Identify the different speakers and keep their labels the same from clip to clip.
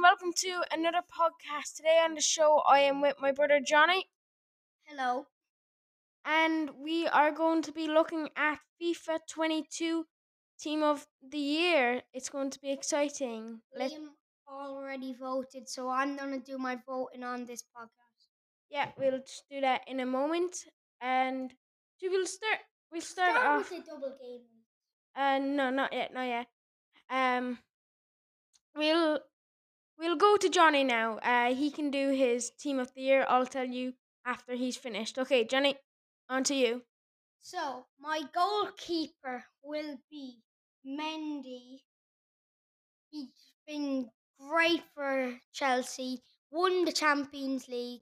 Speaker 1: welcome to another podcast. Today on the show, I am with my brother Johnny,
Speaker 2: Hello.
Speaker 1: and we are going to be looking at FIFA 22 Team of the Year. It's going to be exciting. Let
Speaker 2: Liam already voted, so I'm gonna do my voting on this podcast.
Speaker 1: yeah, we'll just do that in a moment, and so we'll start. We'll start off.
Speaker 2: with a double game.
Speaker 1: Uh, no, not yet, not yet. Um, we'll we'll go to Johnny now. Uh, he can do his Team of the Year. I'll tell you after he's finished. Okay, Johnny, on to you.
Speaker 2: So my goalkeeper will be Mendy. He's been great for Chelsea. Won the Champions League.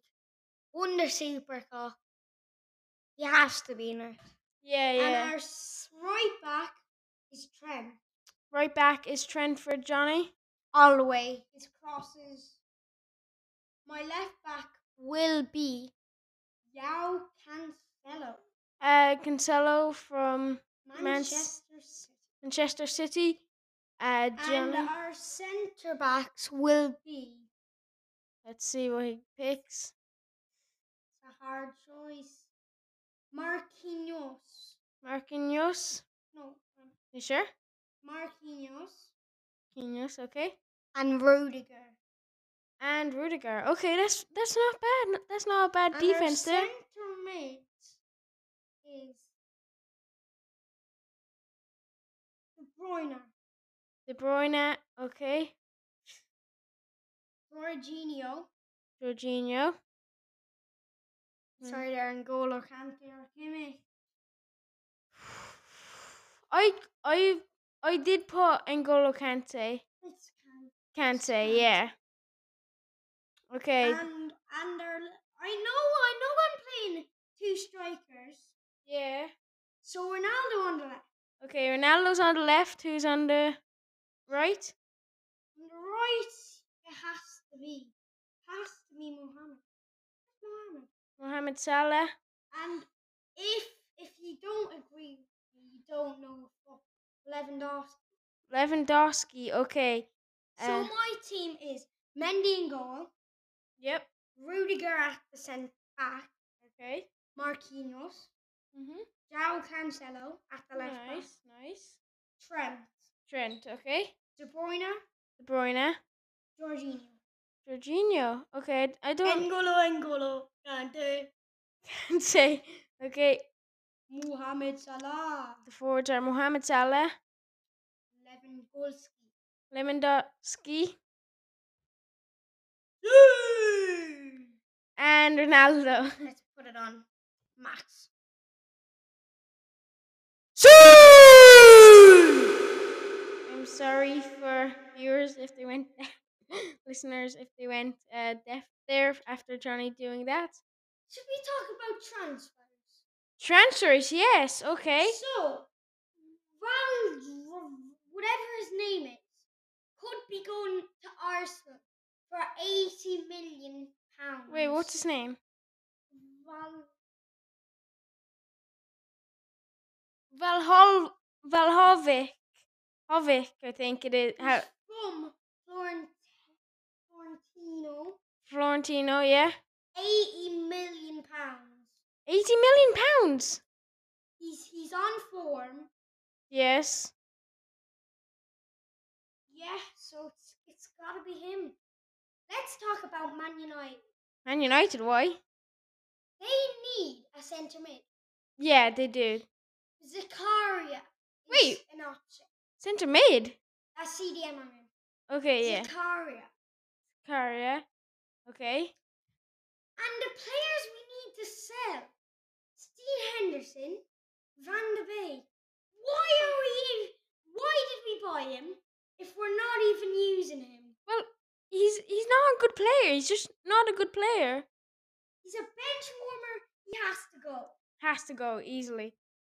Speaker 2: Won the Super Cup. He has to be in it.
Speaker 1: Yeah, yeah.
Speaker 2: And our s- right back is Trent.
Speaker 1: Right back is Trent for Johnny.
Speaker 2: all the way. His crosses. My left back will be Yao Cancelo,
Speaker 1: Uh, Cancelo from
Speaker 2: Manchester City.
Speaker 1: Manchester City. Uh,
Speaker 2: And
Speaker 1: Johnny.
Speaker 2: our centre backs will be.
Speaker 1: Let's see what he picks.
Speaker 2: It's a hard choice. Marquinhos.
Speaker 1: Marquinhos.
Speaker 2: No, um,
Speaker 1: You sure?
Speaker 2: Marquinhos.
Speaker 1: Marquinhos, okay.
Speaker 2: And Rudiger.
Speaker 1: And Rudiger. Okay, that's that's not bad. That's not a bad
Speaker 2: And
Speaker 1: defense
Speaker 2: our
Speaker 1: there.
Speaker 2: centre mate is De Bruyne,
Speaker 1: De Bruyne, okay.
Speaker 2: Jorginho,
Speaker 1: Jorginho. Mm.
Speaker 2: Sorry, they're N'Golo Kante or Kimmich.
Speaker 1: I I I did put N'Golo Kante.
Speaker 2: It's Kante.
Speaker 1: Kante, yeah. Okay.
Speaker 2: And and they're, I know, I know. I'm playing two strikers.
Speaker 1: yeah.
Speaker 2: So Ronaldo on the left,
Speaker 1: Okay, Ronaldo's on the left. Who's on the right?
Speaker 2: on the right. It has to be, has to be Mohammed. Mohammed.
Speaker 1: Mohamed Salah.
Speaker 2: And if if you don't agree, with me, you don't know what Lewandowski.
Speaker 1: Lewandowski. Okay.
Speaker 2: so
Speaker 1: Uh,
Speaker 2: my team is Mendy in goal,
Speaker 1: Yep.
Speaker 2: Rudiger at the centre back,
Speaker 1: Okay.
Speaker 2: Marquinhos,
Speaker 1: Mhm.
Speaker 2: Jao Cancelo at the left back.
Speaker 1: Nice. Nice.
Speaker 2: Trent,
Speaker 1: Trent. Okay.
Speaker 2: De Bruyne,
Speaker 1: De Bruyne.
Speaker 2: Jorginho.
Speaker 1: Jorginho. Okay. I- I don't
Speaker 2: N'Golo, N'Golo, Kante,
Speaker 1: say. Okay.
Speaker 2: Mohamed Salah,
Speaker 1: The forwards are Mohamed Salah,
Speaker 2: Lewandowski.
Speaker 1: Lewandowski,
Speaker 2: Let's
Speaker 1: and Ronaldo.
Speaker 2: put it on Max.
Speaker 1: I'm sorry for viewers if they went listeners if they went uh, deaf there after Johnny doing that.
Speaker 2: Should we talk about transfers?
Speaker 1: Transfers, yes, okay.
Speaker 2: So, Ronald, whatever his name is, could be going to Arsenal for 80 million pounds.
Speaker 1: Wait, what's his name?
Speaker 2: Ronald?
Speaker 1: Valhol Valhovic. Hovic, I think it is. How,
Speaker 2: He's from Florent- Florentino.
Speaker 1: Florentino, yeah.
Speaker 2: 80 million pounds.
Speaker 1: Eighty million pounds.
Speaker 2: He's he's on form.
Speaker 1: Yes.
Speaker 2: Yeah, so it's it's gotta be him. Let's talk about Man United.
Speaker 1: Man United, why?
Speaker 2: They need a centre mid.
Speaker 1: Yeah, they do.
Speaker 2: Zakaria is
Speaker 1: Wait.
Speaker 2: an option.
Speaker 1: Centre mid.
Speaker 2: A CDM on him.
Speaker 1: Okay, yeah.
Speaker 2: Zakaria.
Speaker 1: Car, yeah. Okay.
Speaker 2: And the players we need to sell. Steve Henderson, Van de Beek. Why are we ev- why did we buy him if we're not even using him?
Speaker 1: Well, he's he's not a good player. He's just not a good player.
Speaker 2: He's a bench warmer, he has to go.
Speaker 1: Has to go easily,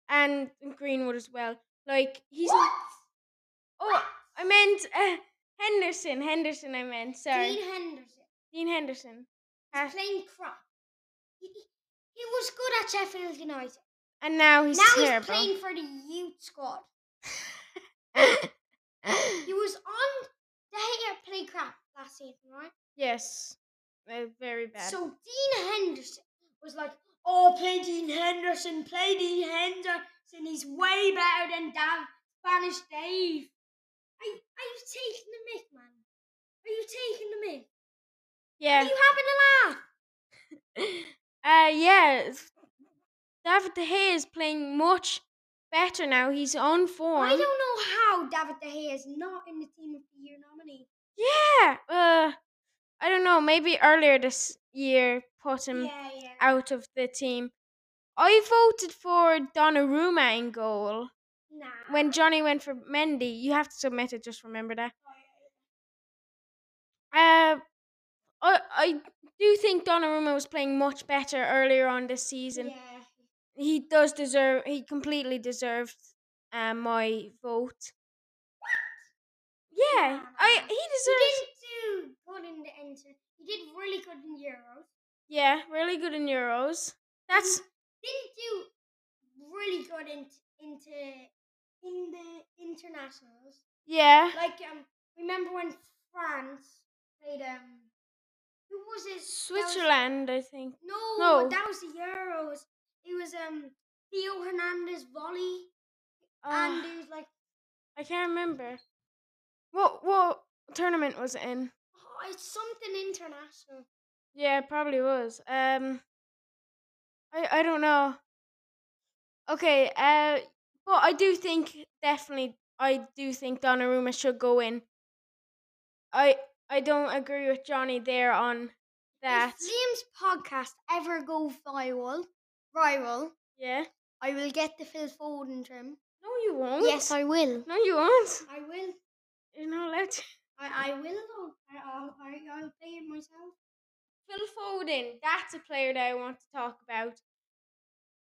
Speaker 1: and Greenwood as well. Like he's.
Speaker 2: what?
Speaker 1: Oh, I meant uh, Henderson. Henderson, I meant. Sorry,
Speaker 2: Dean Henderson.
Speaker 1: Dean Henderson.
Speaker 2: He's
Speaker 1: Uh,
Speaker 2: playing crap. He, he- he was good at Sheffield United.
Speaker 1: and now he's
Speaker 2: now he's
Speaker 1: terrible.
Speaker 2: playing for the youth squad. He was on the Gea play crap last season, right?
Speaker 1: Yes. Uh, very bad.
Speaker 2: So Dean Henderson was like, "Oh, play Dean Henderson, play Dean Henderson. He's way better than Dan Spanish Dave." Are, you- are you taking the mic, man? Are you taking the mic? Are
Speaker 1: yeah.
Speaker 2: you having a laugh?
Speaker 1: Uh yeah. it's- David De Gea is playing much better now. He's on form.
Speaker 2: I don't know how David De Gea is not in the team of the year nominee.
Speaker 1: Yeah. Uh I don't know, maybe earlier this year put him
Speaker 2: Yeah, yeah.
Speaker 1: out of the team. I voted for Donnarumma in goal.
Speaker 2: Nah.
Speaker 1: When Johnny went for Mendy, you have to submit it, just remember that. Uh, I, I do think Donnarumma was playing much better earlier on this season.
Speaker 2: Yeah.
Speaker 1: He does deserve, he completely deserved uh, my vote. Yeah,
Speaker 2: Nah, nah,
Speaker 1: I
Speaker 2: nah.
Speaker 1: he
Speaker 2: He
Speaker 1: deserves.
Speaker 2: didn't do good in the inter. He did really good in Euros.
Speaker 1: Yeah, really good in Euros. That's
Speaker 2: Mm. Didn't do really good in, into in the internationals.
Speaker 1: yeah.
Speaker 2: Like um, remember when France played um, who was it? That was-
Speaker 1: Switzerland, I think.
Speaker 2: No,
Speaker 1: No.
Speaker 2: that was the Euros. It was um Theo Hernandez volley,
Speaker 1: Uh,
Speaker 2: and it was like
Speaker 1: I can't remember. What what tournament was it in?
Speaker 2: oh, it's something international.
Speaker 1: Yeah, it probably was. Um, I I don't know. Okay. Uh, but I do think definitely I do think Donnarumma should go in. I I don't agree with Johnny there on that.
Speaker 2: If Liam's podcast ever go viral, viral,
Speaker 1: Yeah.
Speaker 2: I will get the Phil Foden trim.
Speaker 1: No, you won't.
Speaker 2: Yes, I will.
Speaker 1: Oh, No, you won't.
Speaker 2: I will.
Speaker 1: You're not allowed. To.
Speaker 2: I, I will though. I, I'll, I, I'll play it myself.
Speaker 1: Phil Foden. That's a player that I want to talk about.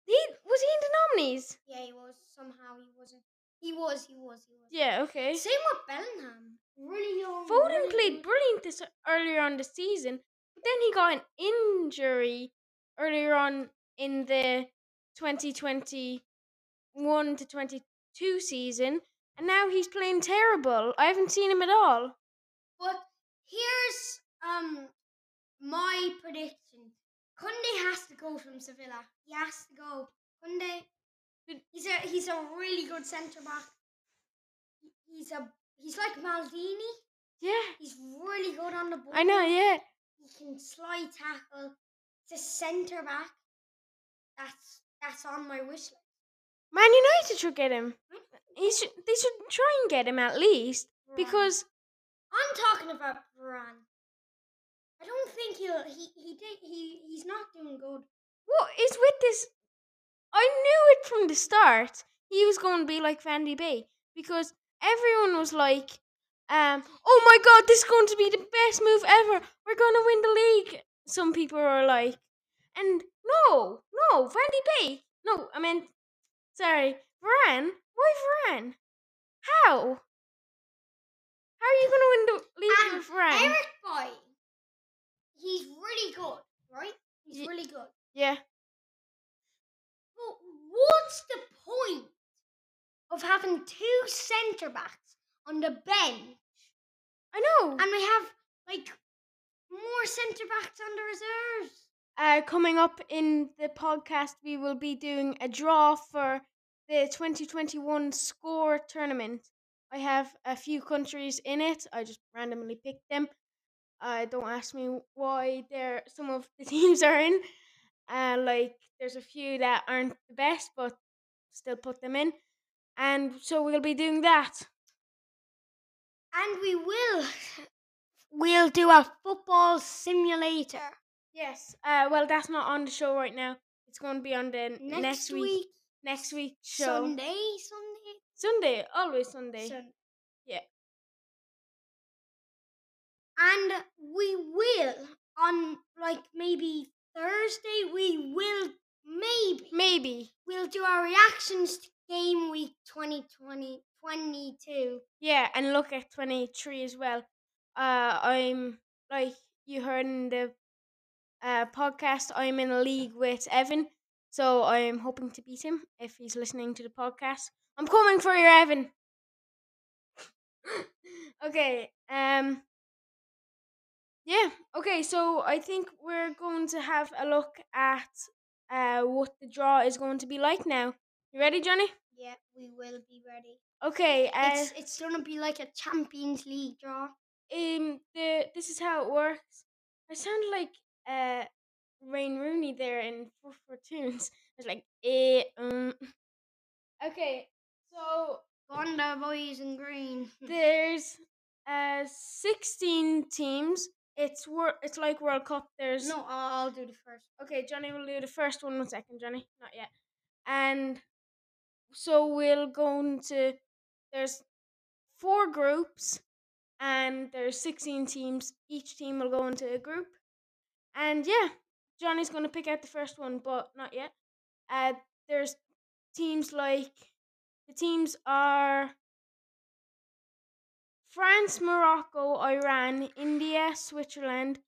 Speaker 1: He was he in the nominees.
Speaker 2: Yeah, he was. Somehow he wasn't. He was. He was. He was.
Speaker 1: Yeah. Okay.
Speaker 2: Same with Bellingham. Really young.
Speaker 1: Foden
Speaker 2: really
Speaker 1: played
Speaker 2: young.
Speaker 1: brilliant this earlier on the season, but then he got an injury earlier on in the 2021 to 22 season, and now he's playing terrible. I haven't seen him at all.
Speaker 2: But here's um my prediction. Kunde has to go from Sevilla. He has to go. Kunde.
Speaker 1: Did-
Speaker 2: He's a he's a really good centre back. He- He's a he's like Maldini.
Speaker 1: Yeah,
Speaker 2: He's really good on the ball.
Speaker 1: I know. Yeah,
Speaker 2: He can slide tackle. He's a centre back. That's that's on my wish list.
Speaker 1: Man United should get him. He should. They should try and get him at least
Speaker 2: Varane.
Speaker 1: because
Speaker 2: I'm talking about Varane. I don't think he'll he he did he he's not doing good.
Speaker 1: what is with this? I knew it from the start. He was going to be like Vandy Bay because everyone was like, um, "Oh my God, this is going to be the best move ever. We're going to win the league." Some people are like, and no, no, Vandy Bay. No, I meant, sorry, Varane. Why Varane? How? How are you going to win the league
Speaker 2: And
Speaker 1: with Varane?
Speaker 2: Eric Boy, he's really good, right? He's
Speaker 1: Ye-
Speaker 2: really good.
Speaker 1: yeah,
Speaker 2: But what's the point of having two centre backs on the bench
Speaker 1: I know.
Speaker 2: and we have like more centre backs on the reserves?
Speaker 1: Uh, coming up in the podcast, we will be doing a draw for the 2021 score tournament. I have a few countries in it. I just randomly picked them. Uh, don't ask me why they're, some of the teams are in. Uh, like, there's a few that aren't the best, but still put them in. And so we'll be doing that.
Speaker 2: And we will we'll do a football simulator
Speaker 1: Yes. Uh, well, that's not on the show right now. It's going to be on the next,
Speaker 2: next,
Speaker 1: week,
Speaker 2: week,
Speaker 1: Next week show.
Speaker 2: Sunday, Sunday,
Speaker 1: Sunday, always Sunday.
Speaker 2: Sun-
Speaker 1: Yeah.
Speaker 2: And we will on like maybe Thursday. We will maybe
Speaker 1: Maybe.
Speaker 2: we'll do our reactions to game week 2020 22.
Speaker 1: Yeah, and look at 23 as well. Uh, I'm, like you heard in the uh, podcast, I'm in a league with Evan. So I'm hoping to beat him if he's listening to the podcast. I'm coming for you, Evan. okay. Um. Okay, so I think we're going to have a look at uh, what the draw is going to be like now. You ready, Johnny?
Speaker 2: Yeah, we will be ready.
Speaker 1: Okay. Uh,
Speaker 2: It's it's gonna be like a Champions League draw.
Speaker 1: um, the this is how it works. I sound like uh, Rain Rooney there in Four Four Tunes. It's like eh, um. Okay, so
Speaker 2: Go on there, boys in green.
Speaker 1: there's uh sixteen teams. It's wor- It's like World Cup. There's
Speaker 2: no, I'll, I'll do the first.
Speaker 1: Okay, Johnny will do the first one. One second, Johnny. Not yet. And so we'll go into there's four groups and there's 16 teams. Each team will go into a group. And yeah, Johnny's going to pick out the first one, but not yet. Uh, there's teams like the teams are France, Morocco, Iran, India, Switzerland,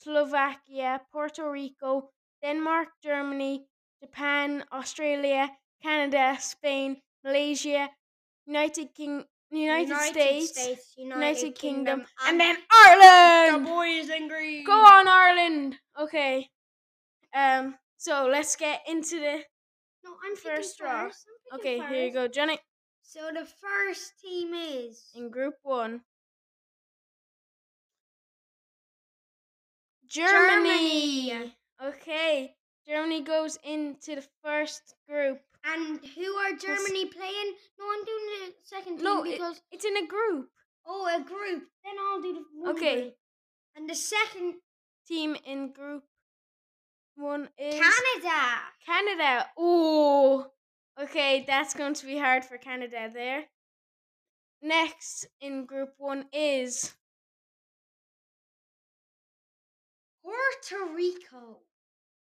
Speaker 1: Slovakia, Puerto Rico, Denmark, Germany, Japan, Australia, Canada, Spain, Malaysia, United King, United, States,
Speaker 2: United,
Speaker 1: United Kingdom,
Speaker 2: Kingdom,
Speaker 1: and then
Speaker 2: the
Speaker 1: Ireland.
Speaker 2: boys in green.
Speaker 1: Go on, Ireland. Okay. Um. So let's get into the.
Speaker 2: No, I'm picking
Speaker 1: First draw.
Speaker 2: first. I'm
Speaker 1: Okay,
Speaker 2: picking
Speaker 1: here you
Speaker 2: first.
Speaker 1: go, Johnny.
Speaker 2: So the first team is
Speaker 1: In Group One, Germany.
Speaker 2: Germany.
Speaker 1: Okay. Germany goes into the first group.
Speaker 2: And who are Germany playing? No, I'm doing the second team
Speaker 1: No, it-
Speaker 2: because
Speaker 1: It's in a group.
Speaker 2: oh, a group. Then I'll do the one
Speaker 1: Okay.
Speaker 2: group. And the second
Speaker 1: Team in group one is
Speaker 2: Canada.
Speaker 1: Canada. Ooh. Okay, that's going to be hard for Canada there. Next in group one is
Speaker 2: Puerto Rico.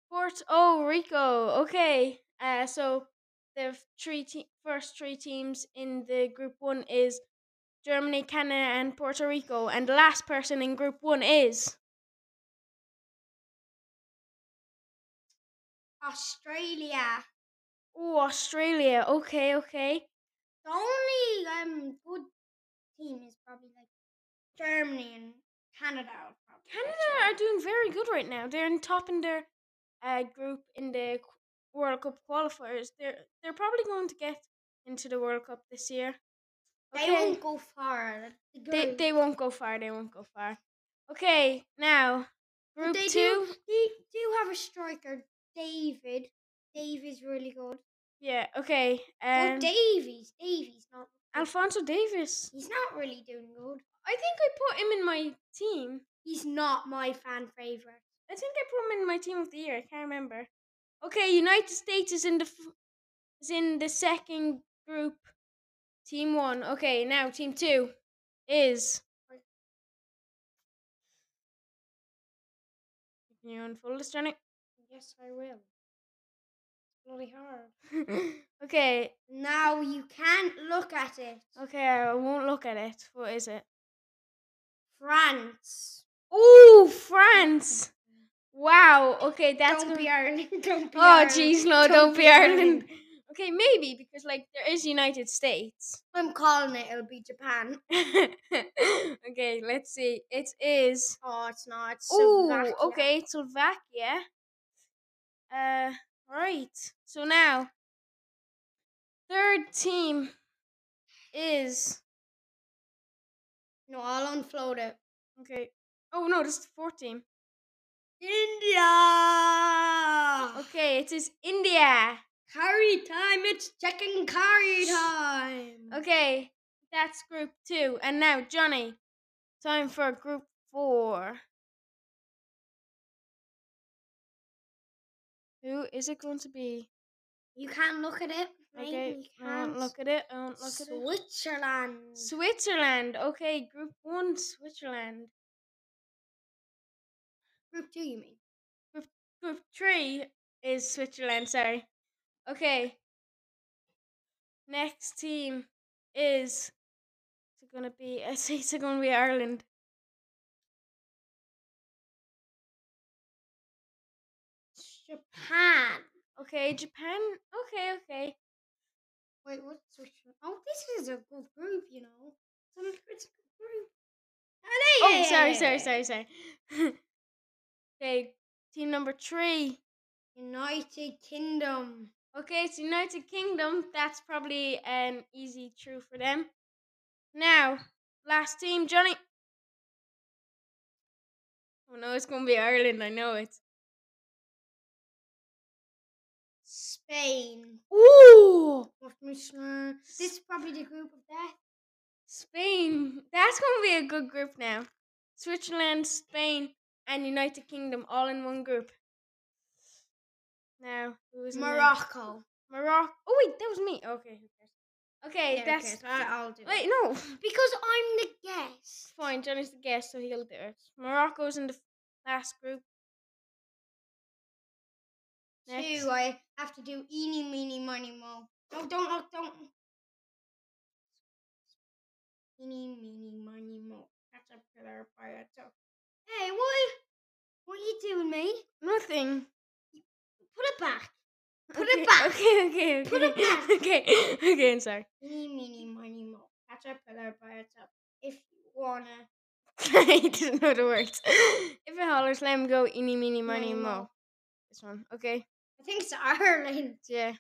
Speaker 1: Puerto Rico. Okay. Uh, so the f- three te- first three teams in the group one is Germany, Canada, and Puerto Rico, and the last person in group one is
Speaker 2: Australia.
Speaker 1: oh Australia. Okay, okay.
Speaker 2: The only um good team is probably like Germany and Canada. are probably
Speaker 1: Canada
Speaker 2: actually.
Speaker 1: are doing very good right now. They're in top in their uh, group in the qu- World Cup qualifiers. They're they're probably going to get into the World Cup this year.
Speaker 2: They won't go far. The
Speaker 1: They,
Speaker 2: group.
Speaker 1: they won't go far. They won't go far. Okay, now
Speaker 2: But
Speaker 1: group
Speaker 2: they
Speaker 1: two.
Speaker 2: Do, they do have a striker, David. Davies really good.
Speaker 1: Yeah. Okay.
Speaker 2: oh,
Speaker 1: Um,
Speaker 2: Davies. Davies not.
Speaker 1: Alfonso Davis.
Speaker 2: He's not really doing good.
Speaker 1: I think I put him in my team.
Speaker 2: He's not my fan favorite.
Speaker 1: I think I put him in my team of the year. I can't remember. Okay, United States is in the f- is in the second group. Team one. Okay, now team two is. Can you unfold this, Johnny?
Speaker 2: Yes, I will. Bloody hard.
Speaker 1: okay,
Speaker 2: Now you can't look at it.
Speaker 1: okay, I won't look at it. What is it?
Speaker 2: France.
Speaker 1: Ooh, France! Wow. Okay, that's
Speaker 2: don't
Speaker 1: gonna-
Speaker 2: be Ireland. Don't be
Speaker 1: Oh,
Speaker 2: Ireland.
Speaker 1: jeez, no, don't, be Ireland. Okay, maybe because like there is United States.
Speaker 2: I'm calling it. It'll be Japan.
Speaker 1: okay, let's see. It is.
Speaker 2: Oh, it's not. It's
Speaker 1: Ooh,
Speaker 2: Slovakia.
Speaker 1: okay, Slovakia. Uh, right. So now, third team is
Speaker 2: No, I'll unfloat it.
Speaker 1: okay. Oh no, this is the fourth team.
Speaker 2: India.
Speaker 1: Okay, it is India.
Speaker 2: Curry time. It's chicken curry time.
Speaker 1: Okay, that's group two. And now, Johnny, time for group four. Who is it going to be?
Speaker 2: You can't look at it. mate,
Speaker 1: Okay,
Speaker 2: You
Speaker 1: I
Speaker 2: can't.
Speaker 1: won't look at it. I won't look at it.
Speaker 2: Switzerland.
Speaker 1: Switzerland. Okay, group one, Switzerland.
Speaker 2: Group two, you mean?
Speaker 1: Group three is Switzerland, sorry. Okay, next team is. It's gonna be. I say it's gonna be Ireland.
Speaker 2: Japan.
Speaker 1: Okay, Japan. Okay, okay.
Speaker 2: Wait, what's Switzerland? Oh, this is a good group, you know. It's a, it's a good group. Oh,
Speaker 1: Oh, sorry, sorry, sorry, sorry. Okay, team number three.
Speaker 2: United Kingdom.
Speaker 1: Okay, it's United Kingdom. That's probably an easy true for them. Now, last team, Johnny. Oh no, it's gonna be Ireland. I know it.
Speaker 2: Spain.
Speaker 1: Ooh,
Speaker 2: What was, uh, This is probably the group of death.
Speaker 1: Spain. That's gonna be a good group now. Switzerland, Spain, and United Kingdom all in one group. Now, who is in there?
Speaker 2: Morocco.
Speaker 1: Morocco. Oh wait, that was me. Okay, who cares? Okay,
Speaker 2: Yeah,
Speaker 1: that's
Speaker 2: okay, so I, will do it.
Speaker 1: wait. No,
Speaker 2: Because I'm the guest.
Speaker 1: fine. Johnny's the guest, so he'll do it. Morocco's in the f- last group. Next.
Speaker 2: Two, I have to do eeny, meeny, miny, mo. No, don't look, don't. Eeny, meeny, miny, mo. That's a pillar by itself. Hey, what? are- What are you doing, mate?
Speaker 1: Nothing.
Speaker 2: Put it back. Put
Speaker 1: okay,
Speaker 2: it back.
Speaker 1: Okay, okay, okay.
Speaker 2: Put it back.
Speaker 1: Okay, okay. I'm sorry.
Speaker 2: Eeny, meeny, miny, mo. That's a pillar by itself. If you wanna.
Speaker 1: I didn't know the words. If it hollers, let him go. Eeny, meeny, miny,
Speaker 2: Miny,
Speaker 1: mo.
Speaker 2: mo.
Speaker 1: This one, okay?
Speaker 2: I think it's Ireland.
Speaker 1: Yeah.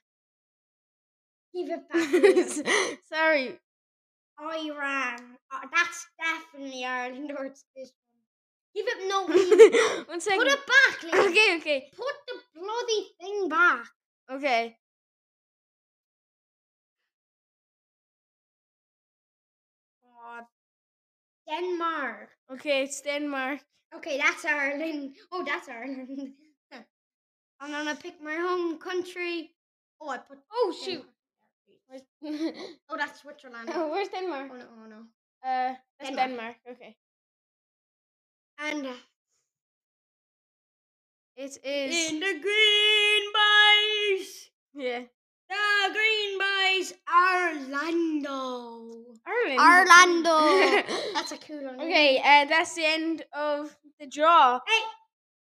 Speaker 2: Give it back. Liam.
Speaker 1: sorry.
Speaker 2: Iran. Uh, that's definitely Ireland or it's this one. Give it no Liam.
Speaker 1: one second.
Speaker 2: Put it back, Liam.
Speaker 1: Okay, okay,
Speaker 2: Put the bloody thing back.
Speaker 1: okay.
Speaker 2: Oh, Denmark.
Speaker 1: Okay, it's Denmark.
Speaker 2: Okay, that's Ireland. Oh, that's Ireland. Huh. I'm gonna pick my home country. Oh, I put.
Speaker 1: Oh,
Speaker 2: Denmark.
Speaker 1: shoot. Where's-
Speaker 2: Oh, that's Switzerland.
Speaker 1: oh,
Speaker 2: Oh,
Speaker 1: where's
Speaker 2: no,
Speaker 1: Denmark?
Speaker 2: oh, no.
Speaker 1: Uh, that's
Speaker 2: Denmark.
Speaker 1: Denmark. Okay.
Speaker 2: And uh,
Speaker 1: It is.
Speaker 2: in the green bays,
Speaker 1: yeah.
Speaker 2: the green bays, Orlando.
Speaker 1: Ireland.
Speaker 2: Orlando. that's a cool one.
Speaker 1: okay, uh, that's the end of the draw.
Speaker 2: Hey,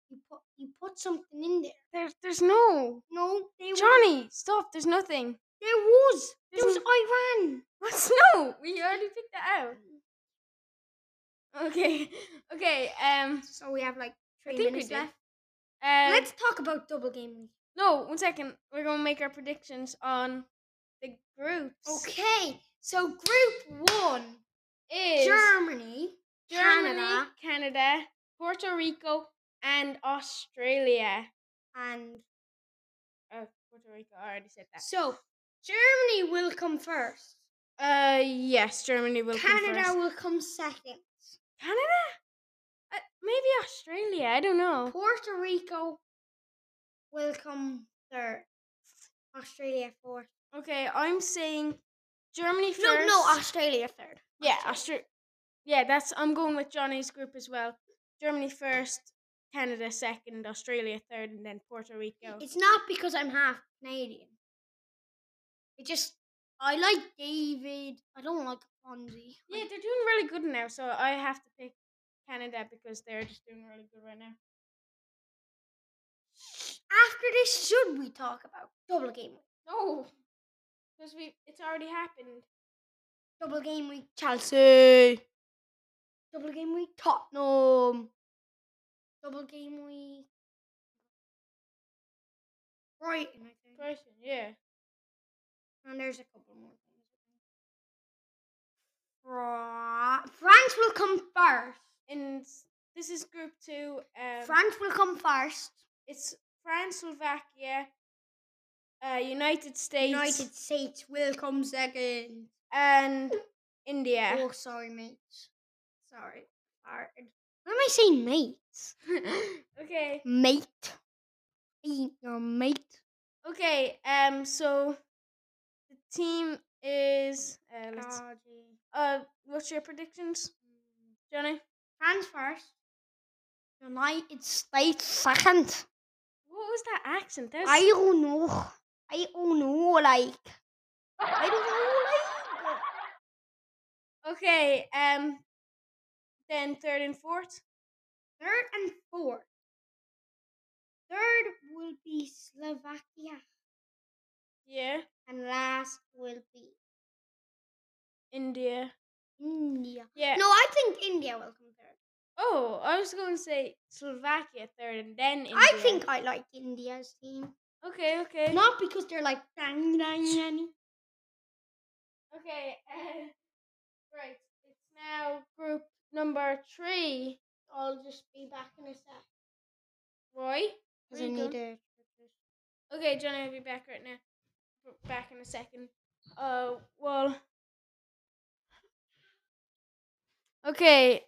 Speaker 2: you put you put something in there.
Speaker 1: There, there's no.
Speaker 2: No, they were-
Speaker 1: Johnny, stop. There's nothing.
Speaker 2: There was. There
Speaker 1: There's
Speaker 2: was Iran.
Speaker 1: What's no? We already picked that out. Okay. Okay. Um.
Speaker 2: So we have like three
Speaker 1: think we
Speaker 2: minutes
Speaker 1: did.
Speaker 2: left.
Speaker 1: um,
Speaker 2: Let's talk about double game week.
Speaker 1: No, one second. We're gonna make our predictions on the groups.
Speaker 2: Okay, so Group One:
Speaker 1: Is
Speaker 2: Germany,
Speaker 1: Germany,
Speaker 2: Canada,
Speaker 1: Canada, Puerto Rico, and Australia.
Speaker 2: and
Speaker 1: Oh, Puerto Rico. I already said that.
Speaker 2: so Germany will come first.
Speaker 1: Uh, yes, Germany will come
Speaker 2: Canada
Speaker 1: first.
Speaker 2: will come second.
Speaker 1: Canada? Uh, maybe Australia. I don't know.
Speaker 2: Puerto Rico will come third. Australia fourth.
Speaker 1: Okay, I'm saying Germany first.
Speaker 2: No, no, Australia third.
Speaker 1: Yeah, Austra- Yeah, that's I'm going with Johnny's group as well. Germany first, Canada second, Australia third, and then Puerto Rico.
Speaker 2: It's not because I'm half Canadian. It just I like David. I don't like Fonzie.
Speaker 1: yeah, they're doing really good now, so I have to pick Canada because they're just doing really good right now.
Speaker 2: After this, should we talk about double game week?
Speaker 1: No, because we it's already happened.
Speaker 2: Double game week, Chelsea.
Speaker 1: Chelsea.
Speaker 2: Double game week, Tottenham. Double game week, Brighton. I think.
Speaker 1: Person, yeah.
Speaker 2: And there's a couple more things. Fra- France will come first.
Speaker 1: And s- this is group two. Um,
Speaker 2: France will come first.
Speaker 1: it's France, Slovakia, uh, United States,
Speaker 2: United States will come second.
Speaker 1: and India.
Speaker 2: Oh, sorry, mates. Sorry. Hard. Why am I saying mates?
Speaker 1: okay.
Speaker 2: Mate. Ain't your mate.
Speaker 1: Okay. Um. So the team is. Uh, Mm. let's, uh. What's your predictions, Johnny?
Speaker 2: France first. United States second.
Speaker 1: What was that accent? That was,
Speaker 2: I don't know. I don't know, like. I don't know, like.
Speaker 1: okay. Um. Then third and fourth.
Speaker 2: Third and fourth. Third will be Slovakia.
Speaker 1: Yeah.
Speaker 2: And last will be
Speaker 1: India.
Speaker 2: India.
Speaker 1: Yeah. Eh.
Speaker 2: No, I think India will come third.
Speaker 1: Oh, I was going to say Slovakia third, and then India.
Speaker 2: I think I like India's team.
Speaker 1: Okay, okay,
Speaker 2: Not because they're like dang dang dang.
Speaker 1: okay. Uh, right, it's now group number three.
Speaker 2: I'll just be back in a sec.
Speaker 1: Roy. Where
Speaker 2: Because I
Speaker 1: you
Speaker 2: need
Speaker 1: going?
Speaker 2: a
Speaker 1: Okay, Johnny, I'll be back right now. B- Back in a second. Uh, well. Okay.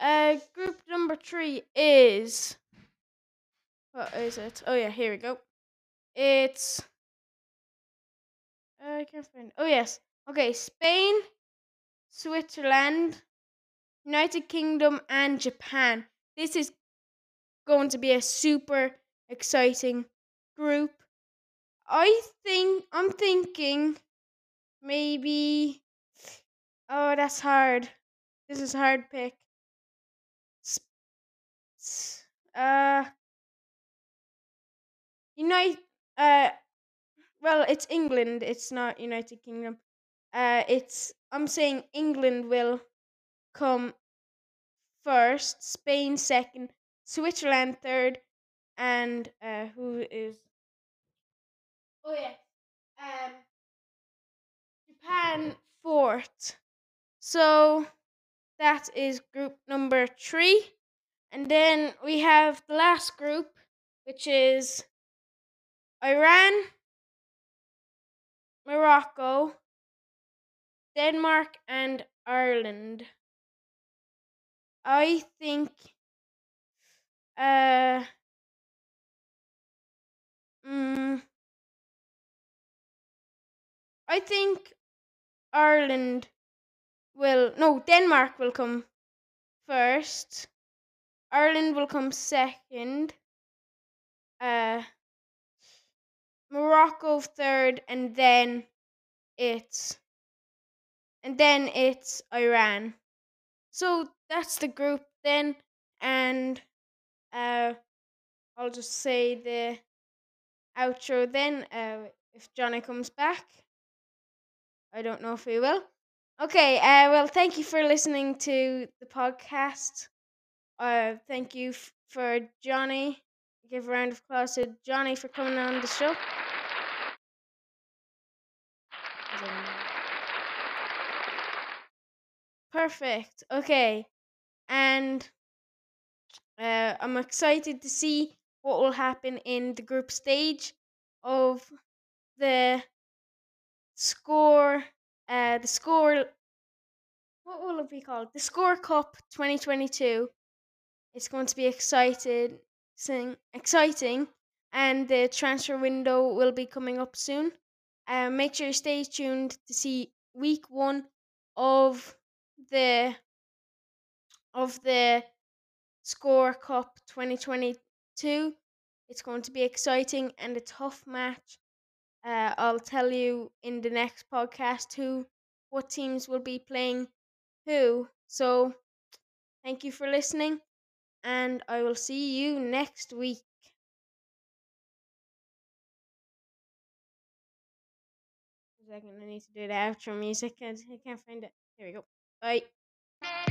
Speaker 1: Uh, group number three is. What is it? Oh yeah, here we go. It's. Uh, I can't find. Oh yes. Okay, Spain, Switzerland, United Kingdom, and Japan. This is going to be a super exciting group. I think I'm thinking maybe oh that's hard. This is a hard pick. S- s- Uh Unite uh well it's England, it's not United Kingdom. Uh it's I'm saying England will come first, Spain second, Switzerland third, and uh who is Oh yeah. Um Japan fourth. So that is group number three. And then we have the last group, which is Iran, Morocco, Denmark, and Ireland. I think uh mm, I think Ireland will no Denmark will come first. Ireland will come second. Uh, Morocco third, and then it's and then it's Iran. So that's the group then, and uh, I'll just say the outro then. Uh, if Johnny comes back, I don't know if he will. Okay. Uh, well, thank you for listening to the podcast. uh, thank you f- for Johnny. Give a round of applause to Johnny for coming on the show. Perfect. Okay. And uh, I'm excited to see what will happen in the group stage of the score. Uh, the score. What will it be called? The Score Cup 2022. It's going to be excited, sing, exciting, and the transfer window will be coming up soon. Uh, make sure you stay tuned to see week one of the of the Score Cup 2022. It's going to be exciting and a tough match. Uh, I'll tell you in the next podcast who, what teams will be playing who. So thank you for listening and I will see you next week. One second, I need to do the outro music. I I can't find it. Here we go. Bye.
Speaker 2: different.